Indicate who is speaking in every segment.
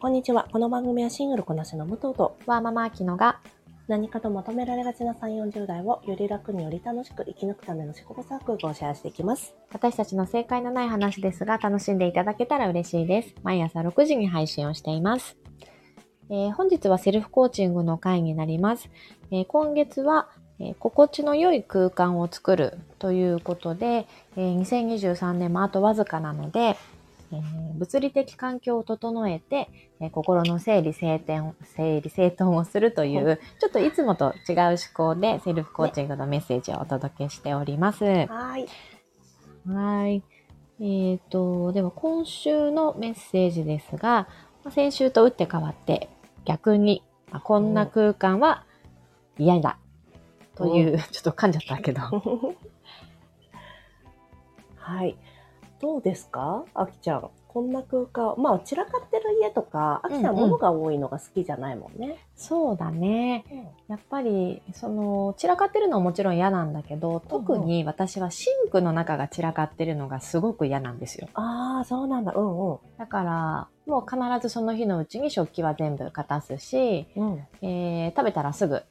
Speaker 1: こんにちは。この番組はシングルこなしの武藤と
Speaker 2: わーママアキノが
Speaker 1: 何かと求められがちな3、40代をより楽により楽しく生き抜くための思考サークルをシェアしていきます。
Speaker 2: 私たちの正解のない話ですが楽しんでいただけたら嬉しいです。毎朝6時に配信をしています。えー本日はセルフコーチングの回になります。えー今月は、えー心地の良い空間を作るということで、えー2023年もあとわずかなので、えー物理的環境を整えて、えー心の整理整頓整理整頓をするという、ちょっといつもと違う思考でセルフコーチングのメッセージをお届けしております。
Speaker 1: はい。
Speaker 2: はい。えっ、と、では今週のメッセージですが、まあ先週と打って変わって、逆に、あこんな空間は嫌だ。という、ちょっと噛んじゃったけど。
Speaker 1: はい。どうですかあきちゃん。こんな空間。まあ、散らかってる家とか、あきちゃん
Speaker 2: うんうん
Speaker 1: 物が多いのが好きじゃないもんね。
Speaker 2: そうだね。やっぱり、その、散らかってるのはもちろん嫌なんだけど、特に私はシンクの中が散らかってるのがすごく嫌なんですよ。
Speaker 1: ああ、そうなんだ。うんうん。
Speaker 2: だから、もう必ずその日のうちに食器は全部片すし、
Speaker 1: うん。
Speaker 2: えー食べたらすぐ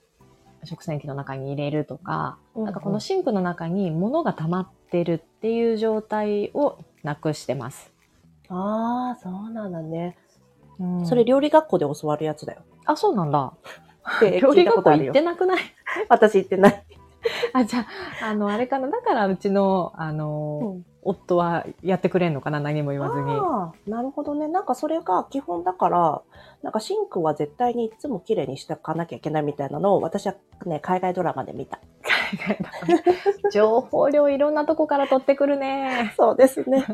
Speaker 2: 食洗機の中に入れるとか、
Speaker 1: な
Speaker 2: なんかこのシンクの中に物が溜まってるっていう状態をなくしてます。
Speaker 1: ああ、そうなんだね。
Speaker 2: うん
Speaker 1: それ料理学校で教わるやつだよ。
Speaker 2: あ、そうなんだ。
Speaker 1: で
Speaker 2: 料理学校行っ。
Speaker 1: 聞
Speaker 2: て
Speaker 1: いたこ
Speaker 2: なくない
Speaker 1: とあるよ 私行ってない。
Speaker 2: あ、じゃあ、あの、あれかな。だからうちの、あの、夫はやってくれんのかな何も言わずに。
Speaker 1: ああ、なるほどね。なんかそれが基本だから、なんかシンクは絶対にいつも綺麗にしておかなきゃいけないみたいなのを私はね、海外ドラマで見た。
Speaker 2: 情報量いろんなとこから取ってくるね。
Speaker 1: そうです ね。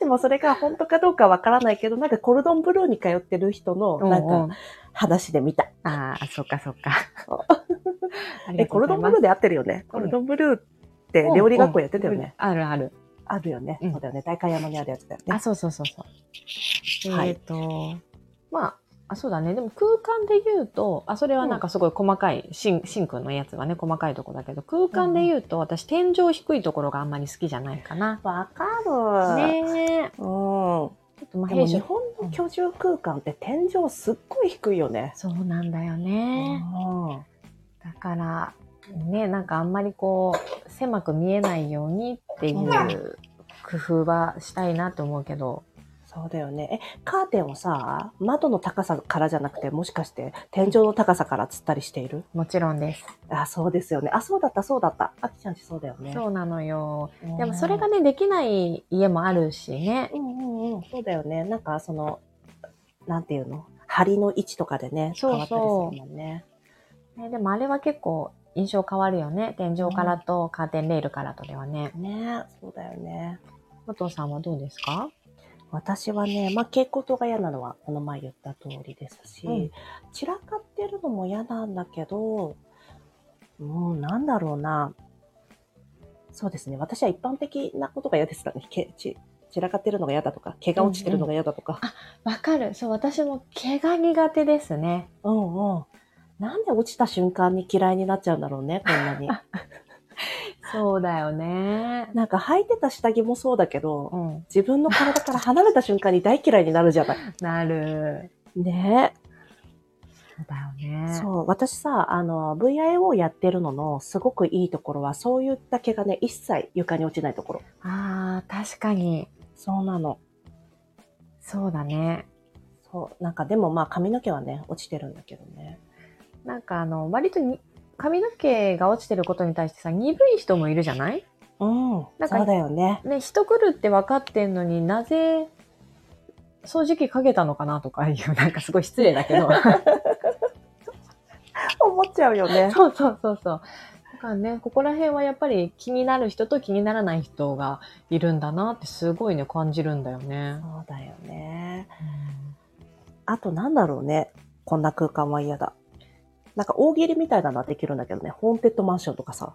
Speaker 1: でもそれが本当かどうかわからないけど、なんかコルドンブルーに通ってる人の、
Speaker 2: な
Speaker 1: なんん
Speaker 2: か
Speaker 1: か、話で見た。
Speaker 2: ああ、そっかそっか。あ り
Speaker 1: え、
Speaker 2: がと
Speaker 1: コ
Speaker 2: うご
Speaker 1: ルド
Speaker 2: ざい
Speaker 1: ン
Speaker 2: ま
Speaker 1: ブ
Speaker 2: す
Speaker 1: ルーで合ってるよね。コルドンブルーって料理学校やってたよね。
Speaker 2: うんうんあるある。
Speaker 1: あるよね。
Speaker 2: うん
Speaker 1: そうだよね。大会山にあるやつだよね
Speaker 2: あ、。そうそうそうそう。
Speaker 1: はい
Speaker 2: えっ、と、まあ、あ、そうだね。でも空間で言うと、あ、それはなんかすごい細かい、シン、シンクのやつはね、細かいとこだけど、空間で言うと、私、天井低いところがあんまり好きじゃないかな。
Speaker 1: わかる。
Speaker 2: ねえ。
Speaker 1: うん。も
Speaker 2: ちょっとまあ、弊
Speaker 1: 日
Speaker 2: 社。
Speaker 1: 本の居住空間って天井すっごい低いよね。
Speaker 2: そうなんだよね。
Speaker 1: うん
Speaker 2: だから、ね、なんかあんまりこう、狭く見えないようにっていう工夫はしたいなと思うけど、
Speaker 1: そうだよね。え、カーテンをさ、窓の高さからじゃなくて、もしかして天井の高さからつったりしている
Speaker 2: もちろんです。
Speaker 1: あ、そうですよね。あ、そうだった、そうだった。あきちゃんちそうだよね。
Speaker 2: そうなのよ。
Speaker 1: うん
Speaker 2: でもそれが、ね、できない家もあるしね。
Speaker 1: うんうんうん、そうだよね。なんかその、なんていうの梁の位置とかでね、変
Speaker 2: そう
Speaker 1: わったりする
Speaker 2: そう
Speaker 1: もんね。
Speaker 2: ねでもあれは結構印象変わるよね。天井からとカーテンレールからとではね。
Speaker 1: ねそうだよね。
Speaker 2: 武藤さんはどうですか
Speaker 1: 私はね、まあ蛍光灯が嫌なのはこの前言った通りですし、
Speaker 2: うん
Speaker 1: 散らかってるのも嫌なんだけど、うん、なんだろうな。そうですね。私は一般的なことが嫌ですからね。けち散らかってるのが嫌だとか、毛が落ちてるのが嫌だとか。
Speaker 2: わかる。そう、私も毛が苦手ですね。
Speaker 1: うんうん。なんで落ちた瞬間に嫌いになっちゃうんだろうね、こんなに。
Speaker 2: そうだよね。
Speaker 1: なんか履いてた下着もそうだけど、
Speaker 2: うん。
Speaker 1: 自分の体から離れた瞬間に大嫌いになるじゃない。
Speaker 2: なる。
Speaker 1: ね
Speaker 2: そうだよね。
Speaker 1: そう、私さ、あの、VIO やってるののすごくいいところは、そういった毛がね、一切床に落ちないところ。
Speaker 2: ああ、確かに。
Speaker 1: そうなの。
Speaker 2: そうだね。
Speaker 1: そう、なんかでもまあ髪の毛はね、落ちてるんだけどね。
Speaker 2: なんかあの、割とに髪の毛が落ちてることに対してさ、鈍い人もいるじゃない
Speaker 1: うん、
Speaker 2: なんか
Speaker 1: そうだよね。
Speaker 2: ね、人来るって分かってんのになぜ掃除機かけたのかなとかいう、なんかすごい失礼だけど。
Speaker 1: 思っちゃうよね。
Speaker 2: そうそうそうそう。だからね、ここら辺はやっぱり気になる人と気にならない人がいるんだなってすごいね、感じるんだよね。
Speaker 1: そうだよね。あとなんだろうね。こんな空間は嫌だ。なんか大喜利みたいなのはできるんだけどね。ホーンテッドマンションとか さ。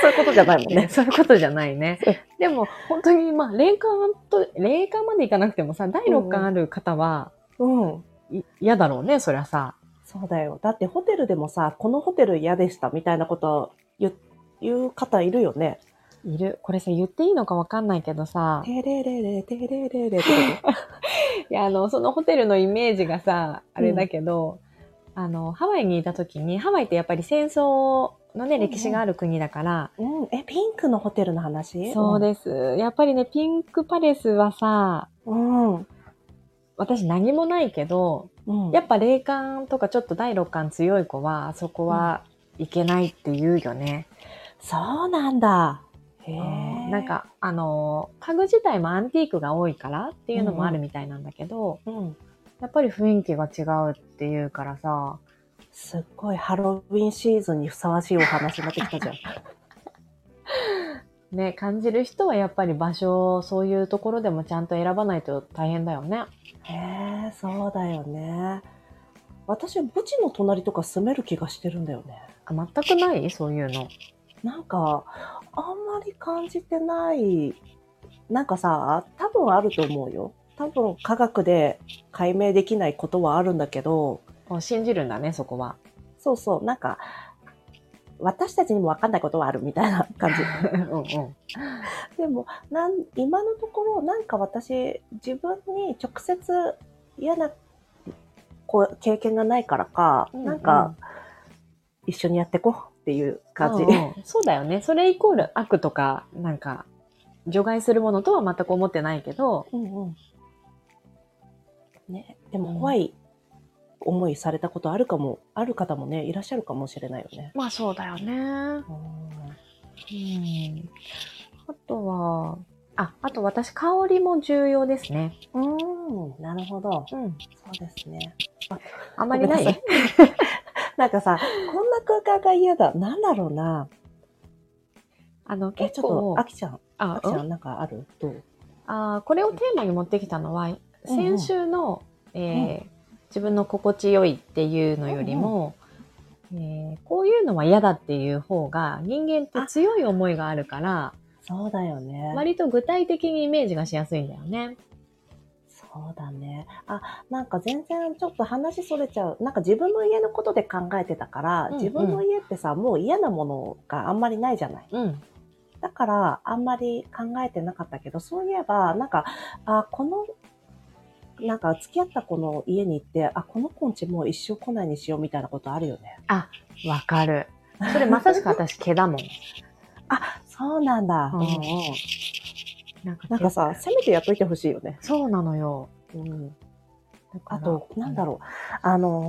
Speaker 1: そういうことじゃないもん
Speaker 2: ね、
Speaker 1: ね。
Speaker 2: そういうことじゃないね。でも本当に、まあ、霊感と、霊感までいかなくてもさ、第6感ある方は
Speaker 1: うん。
Speaker 2: い嫌だろうね、そりゃさ。
Speaker 1: そうだよ。だってホテルでもさ、このホテル嫌でしたみたいなこと言言う方いるよね。
Speaker 2: いる。これさ、言っていいのか分かんないけどさ、
Speaker 1: てれれれ、てれれれってこと。
Speaker 2: いや、あの、そのホテルのイメージがさ、あれだけど、あの、ハワイにいた時に、ハワイってやっぱり戦争のね、
Speaker 1: うんうん
Speaker 2: 歴史がある国だから、
Speaker 1: うん。え、ピンクのホテルの話
Speaker 2: そうです。やっぱりね、ピンクパレスはさ、
Speaker 1: うん。うん。
Speaker 2: 私何もないけど、
Speaker 1: うん。
Speaker 2: やっぱ霊感とかちょっと第六感強い子は、あそこはいけないって言うよね。
Speaker 1: そうなんだ。へえ。
Speaker 2: なん、か、あの、家具自体もアンティークが多いからっていうのもあるみたいなんだけど、
Speaker 1: うん。
Speaker 2: やっぱり雰囲気が違うっていうからさ、
Speaker 1: すっごいハロウィンシーズンにふさわしいお話になってきた じゃん。
Speaker 2: ね、感じる人はやっぱり場所をそういうところでもちゃんと選ばないと大変だよね。
Speaker 1: へえ、そうだよね。私、墓地の隣とか住める気がしてるんだよね。
Speaker 2: あ全くないそういうの。
Speaker 1: なんか、あんまり感じてない。なんかさ、多分あると思うよ。多分科学で解明できないことはあるんだけど、
Speaker 2: あ信じるんだね、そこは。
Speaker 1: そうそう、なんか、私たちにもわかんないことはあるみたいな 感じ。
Speaker 2: うんうん。
Speaker 1: でもなん今のところなんか私自分に直接嫌なこう経験がないからか、
Speaker 2: うんうん
Speaker 1: なんか一緒にやってこうっていう感じ、
Speaker 2: うんうんそうだよね。それイコール悪とか、なんか、除外するものとは全く思ってないけど、
Speaker 1: うんうんね、でも怖い思いされたことあるかもある方もねいらっしゃるかもしれないよね。
Speaker 2: まあそうだよね。うん。あとは、あ、あと私、香りも重要ですね。
Speaker 1: うん、なるほど。
Speaker 2: うん。
Speaker 1: そうですね。
Speaker 2: あまり
Speaker 1: ご
Speaker 2: な
Speaker 1: めんないさなんかさ、こんな空間が嫌だ。なんだろうな。
Speaker 2: あの、
Speaker 1: え、ち
Speaker 2: 結
Speaker 1: ょ
Speaker 2: 構
Speaker 1: っと、、あきちゃん、あ
Speaker 2: あ
Speaker 1: きちゃ
Speaker 2: うん
Speaker 1: ん、なんかあるどう
Speaker 2: あーこれをテーマに持ってきたのは、先週の、えー自分の心地よいっていうのよりも、えーこういうのは嫌だっていう方が、人間って強い思いがあるから、
Speaker 1: そうだよね。
Speaker 2: 割と具体的にイメージがしやすいんだよね。
Speaker 1: そうだね。あ、なんか全然ちょっと話それちゃう。なんか自分の家のことで考えてたから、
Speaker 2: うんうん
Speaker 1: 自分の家ってさ、もう嫌なものがあんまりないじゃない。
Speaker 2: うん。
Speaker 1: だから、あんまり考えてなかったけど、そういえば、なんか、あ、この、なんか付き合った子の家に行って、あ、この子んちもう一生来ないにしようみたいなことあるよね。
Speaker 2: わかる。それまさしく私、毛だもん。
Speaker 1: あ、そうなんだ。
Speaker 2: うん
Speaker 1: うんうん
Speaker 2: なんか
Speaker 1: なんかさ、せめてやっといてほしいよね。
Speaker 2: そうなのよ。
Speaker 1: うん。
Speaker 2: だから
Speaker 1: あと、なんだろう。あの、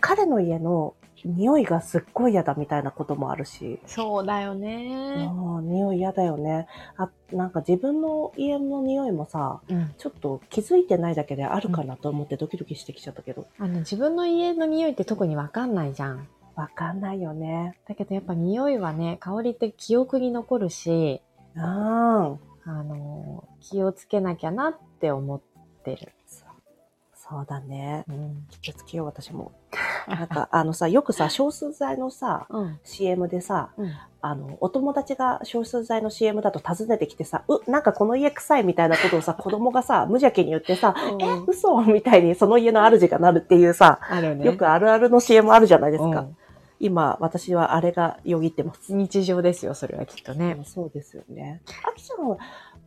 Speaker 1: 彼の家の匂いがすっごい嫌だみたいなこともあるし、
Speaker 2: そうだよね。
Speaker 1: ああ匂い嫌だよね。あ、なんか自分の家の匂いもさ、
Speaker 2: うん。
Speaker 1: ちょっと気づいてないだけであるかなと思ってドキドキしてきちゃったけど、
Speaker 2: あの、自分の家の匂いって特にわかんないじゃん。
Speaker 1: わかんないよね。
Speaker 2: だけどやっぱ匂いはね、香りって記憶に残るし、
Speaker 1: うん。
Speaker 2: あの、気をつけなきゃなって思ってる。
Speaker 1: そそうだね。
Speaker 2: うん。
Speaker 1: 気をつけよう、私 も。なんか、あのさ、よくさ、少数剤のさ、
Speaker 2: うん。
Speaker 1: CM でさ、
Speaker 2: うん、
Speaker 1: あの、お友達が少数剤の CM だと訪ねてきてさ、う、なんかこの家臭いみたいなことを さ、子供がさ、無邪気に言ってさ、え、嘘みたいにその家の主がなるっていうさ、
Speaker 2: あるよね。
Speaker 1: よくあるあるの CM あるじゃないです
Speaker 2: う
Speaker 1: か。
Speaker 2: ん
Speaker 1: 今、私はあれがよぎってます。
Speaker 2: 日常ですよ、それはきっとね。
Speaker 1: そうですよね。あきちゃんは、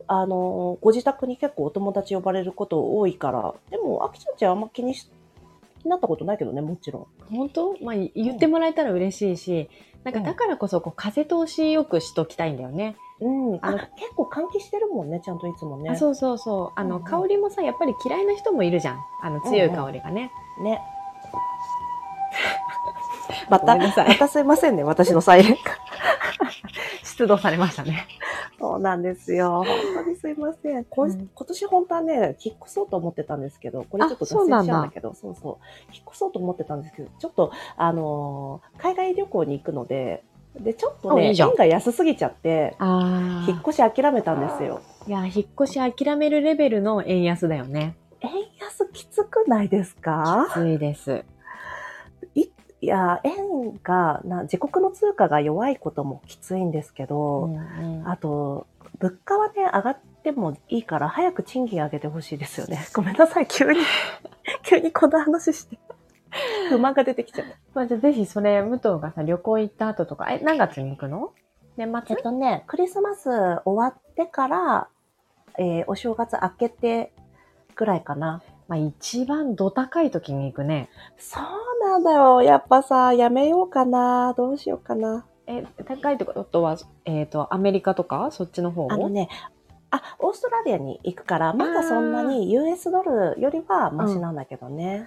Speaker 1: あの、ご自宅に結構お友達呼ばれること多いから、でも、あきちゃんちはあんま気にし、気になったことないけどね、もちろん。
Speaker 2: 本当まあ、言ってもらえたら嬉しいし、なんかだからこそこう風通しよくしときたいんだよね。
Speaker 1: うん。あ
Speaker 2: あ
Speaker 1: の、
Speaker 2: の
Speaker 1: 結構換気してるもんね、ちゃんといつもね。
Speaker 2: あそうそうそう。あの、
Speaker 1: うんうん
Speaker 2: 香りもさ、やっぱり嫌いな人もいるじゃん。あの、強い香りがね。
Speaker 1: ね。また、
Speaker 2: ごめんな
Speaker 1: ま
Speaker 2: さい
Speaker 1: たすいま せんね、私のサイレンが。
Speaker 2: 出動されましたね。
Speaker 1: そうなんですよ。本当にすいません。こい
Speaker 2: うん
Speaker 1: 今年本当はね、引っ越そうと思ってたんですけど、これちょっと脱線しちゃうんだけど、そうそう。引っ越そうと思ってたんですけど、ちょっと、あのー海外旅行に行くので、で、ちょっと
Speaker 2: あ
Speaker 1: ね、
Speaker 2: いいじゃん
Speaker 1: 円が安すぎちゃって、
Speaker 2: あ
Speaker 1: 引っ越し諦めたんですよ。
Speaker 2: いや、引っ越し諦めるレベルの円安だよね。
Speaker 1: 円安きつくないですか
Speaker 2: ついです。
Speaker 1: いや、円がな、自国の通貨が弱いこともきついんですけど、
Speaker 2: うんうん
Speaker 1: あと、物価はね、上がってもいいから、早く賃金上げてほしいですよね。 ごめんなさい、急に、急にこんな話 して。不満が出てきちゃった。
Speaker 2: まあ、じゃあぜひそれ、武藤がさ、旅行行った後とか、え、何月に行くの年
Speaker 1: え
Speaker 2: 末
Speaker 1: っとね、クリスマス終わってから、えーお正月明けてくらいかな。
Speaker 2: まあ、一番ど高い時に行くね。
Speaker 1: そうなんだよ。やっぱさ、やめようかな。どうしようかな。
Speaker 2: え、高いってことは、えっ、と、アメリカとかそっちの方
Speaker 1: あのね、あ、オーストラリアに行くから、まだそんなに US ドルよりはマシなんだけどね。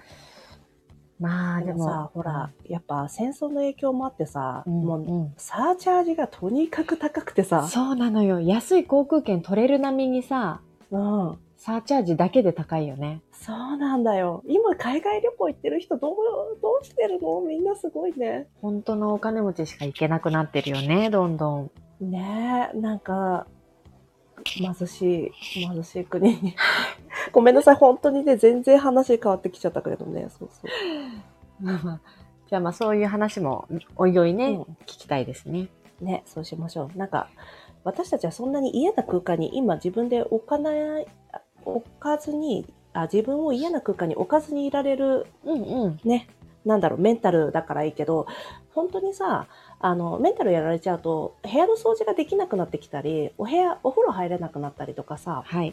Speaker 2: まあ、
Speaker 1: で
Speaker 2: で
Speaker 1: も
Speaker 2: も
Speaker 1: さ、ほら、、やっぱ戦争の影響もあってさ、
Speaker 2: うん
Speaker 1: も
Speaker 2: う
Speaker 1: うんサーチャージがとにかく高くてさ、
Speaker 2: そうなのよ。安い航空券取れる並みにさ、
Speaker 1: うん。
Speaker 2: サーチャージだけで高いよね。
Speaker 1: そうなんだよ。今海外旅行行ってる人どう、どうしてるのみんなすごいね。
Speaker 2: 本当のお金持ちしか行けなくなってるよね、どん どん。
Speaker 1: ねえ、なんか、貧しい、貧しい国に。 ごめんなさい、本当にね、全然話変わってきちゃったけどね、そうそう。
Speaker 2: まあまあじゃあまあそういう話もおいおいね、
Speaker 1: うん
Speaker 2: 聞きたいですね。
Speaker 1: ね、そうしましょう。なんか、私たちはそんなに嫌な空間に今自分で置かない、あ置かずに、あ、自分を嫌な空間に置かずにいられる、
Speaker 2: うんうん。
Speaker 1: ね、なんだろう、メンタルだからいいけど、本当にさ、あの、メンタルやられちゃうと、部屋の掃除ができなくなってきたり、お部屋、お風呂入れなくなったりとかさ、
Speaker 2: はい。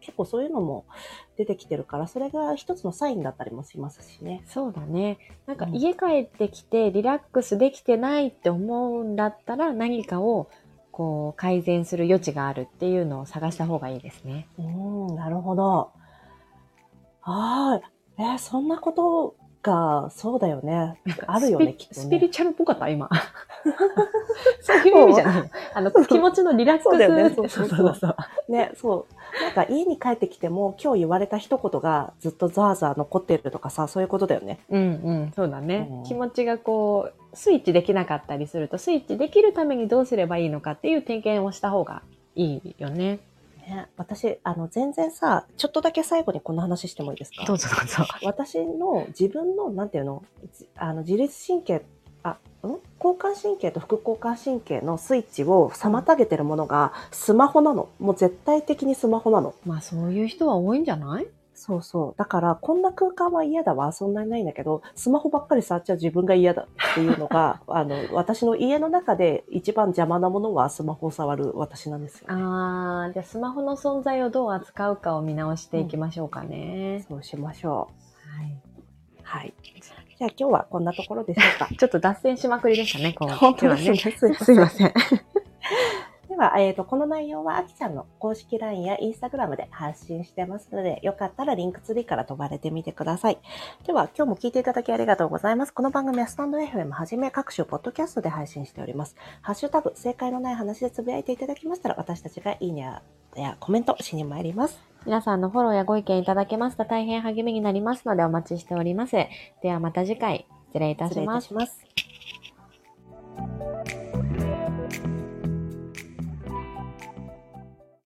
Speaker 1: 結構そういうのも出てきてるから、それが一つのサインだったりもしますしね。
Speaker 2: そうだね。なんか
Speaker 1: うん
Speaker 2: 家帰ってきてリラックスできてないって思うんだったら何かをこう改善する余地があるっていうのを探した方がいいですね。
Speaker 1: うーん、なるほど。はーい。えーそんなことが、そうだよ ね。あるよね、
Speaker 2: スピ
Speaker 1: きっと、ね。
Speaker 2: スピリチュアルっぽかっ た今。そういう意味じゃない。あの、気持ちのリラックス
Speaker 1: そうだよねそう
Speaker 2: そ
Speaker 1: そうう
Speaker 2: そ
Speaker 1: そうう
Speaker 2: そう。
Speaker 1: ね、そう。なんか家に帰ってきても、今日言われた一言がずっとザーザー残ってるとかさ、そういうことだよね。
Speaker 2: うんうん、そうだね、
Speaker 1: うん
Speaker 2: 気持ちがこう、スイッチできなかったりすると、スイッチできるためにどうすればいいのかっていう点検をした方がいいよね。
Speaker 1: ね私、あの、全然さ、ちょっとだけ最後にこの話してもいいですか
Speaker 2: うぞどうぞ。
Speaker 1: 私の自分の、なんていうの、じあの自律神経、あ、ん交感神経と副交感神経のスイッチを妨げてるものがスマホなの。もう絶対的にスマホなの。
Speaker 2: まあそういう人は多いんじゃない
Speaker 1: そうそう。だから、こんな空間は嫌だわ、そんなにないんだけど、スマホばっかり触っちゃう自分が嫌だっていうのが、 あの、私の家の中で一番邪魔なものはスマホを触る私なんですよ、ね。
Speaker 2: あー、じゃあスマホの存在をどう扱うかを見直していきましょうかね。
Speaker 1: そうしましょ
Speaker 2: はい、
Speaker 1: う。 はい。じゃあ今日はこんなところでしょうか。
Speaker 2: ちょっと脱線しまくりでしたね、今
Speaker 1: 本当
Speaker 2: は
Speaker 1: ですね。
Speaker 2: ね。
Speaker 1: すいません
Speaker 2: すいません。
Speaker 1: では、えー、とこの内容はあきちゃんの公式 LINE や Instagram で発信してますので、よかったらリンクツリーから飛ばれてみてください。では、今日も聞いていただきありがとうございます。この番組はスタンド FM はじめ各種ポッドキャストで配信しております。ハッシュタグ、正解のない話でつぶやいていただきましたら、私たちがいいねややコメントしに参ります。
Speaker 2: 皆さんのフォローやご意見いただけますと大変励みになりますのでお待ちしております。ではまた次回、失礼いたします。
Speaker 1: ます。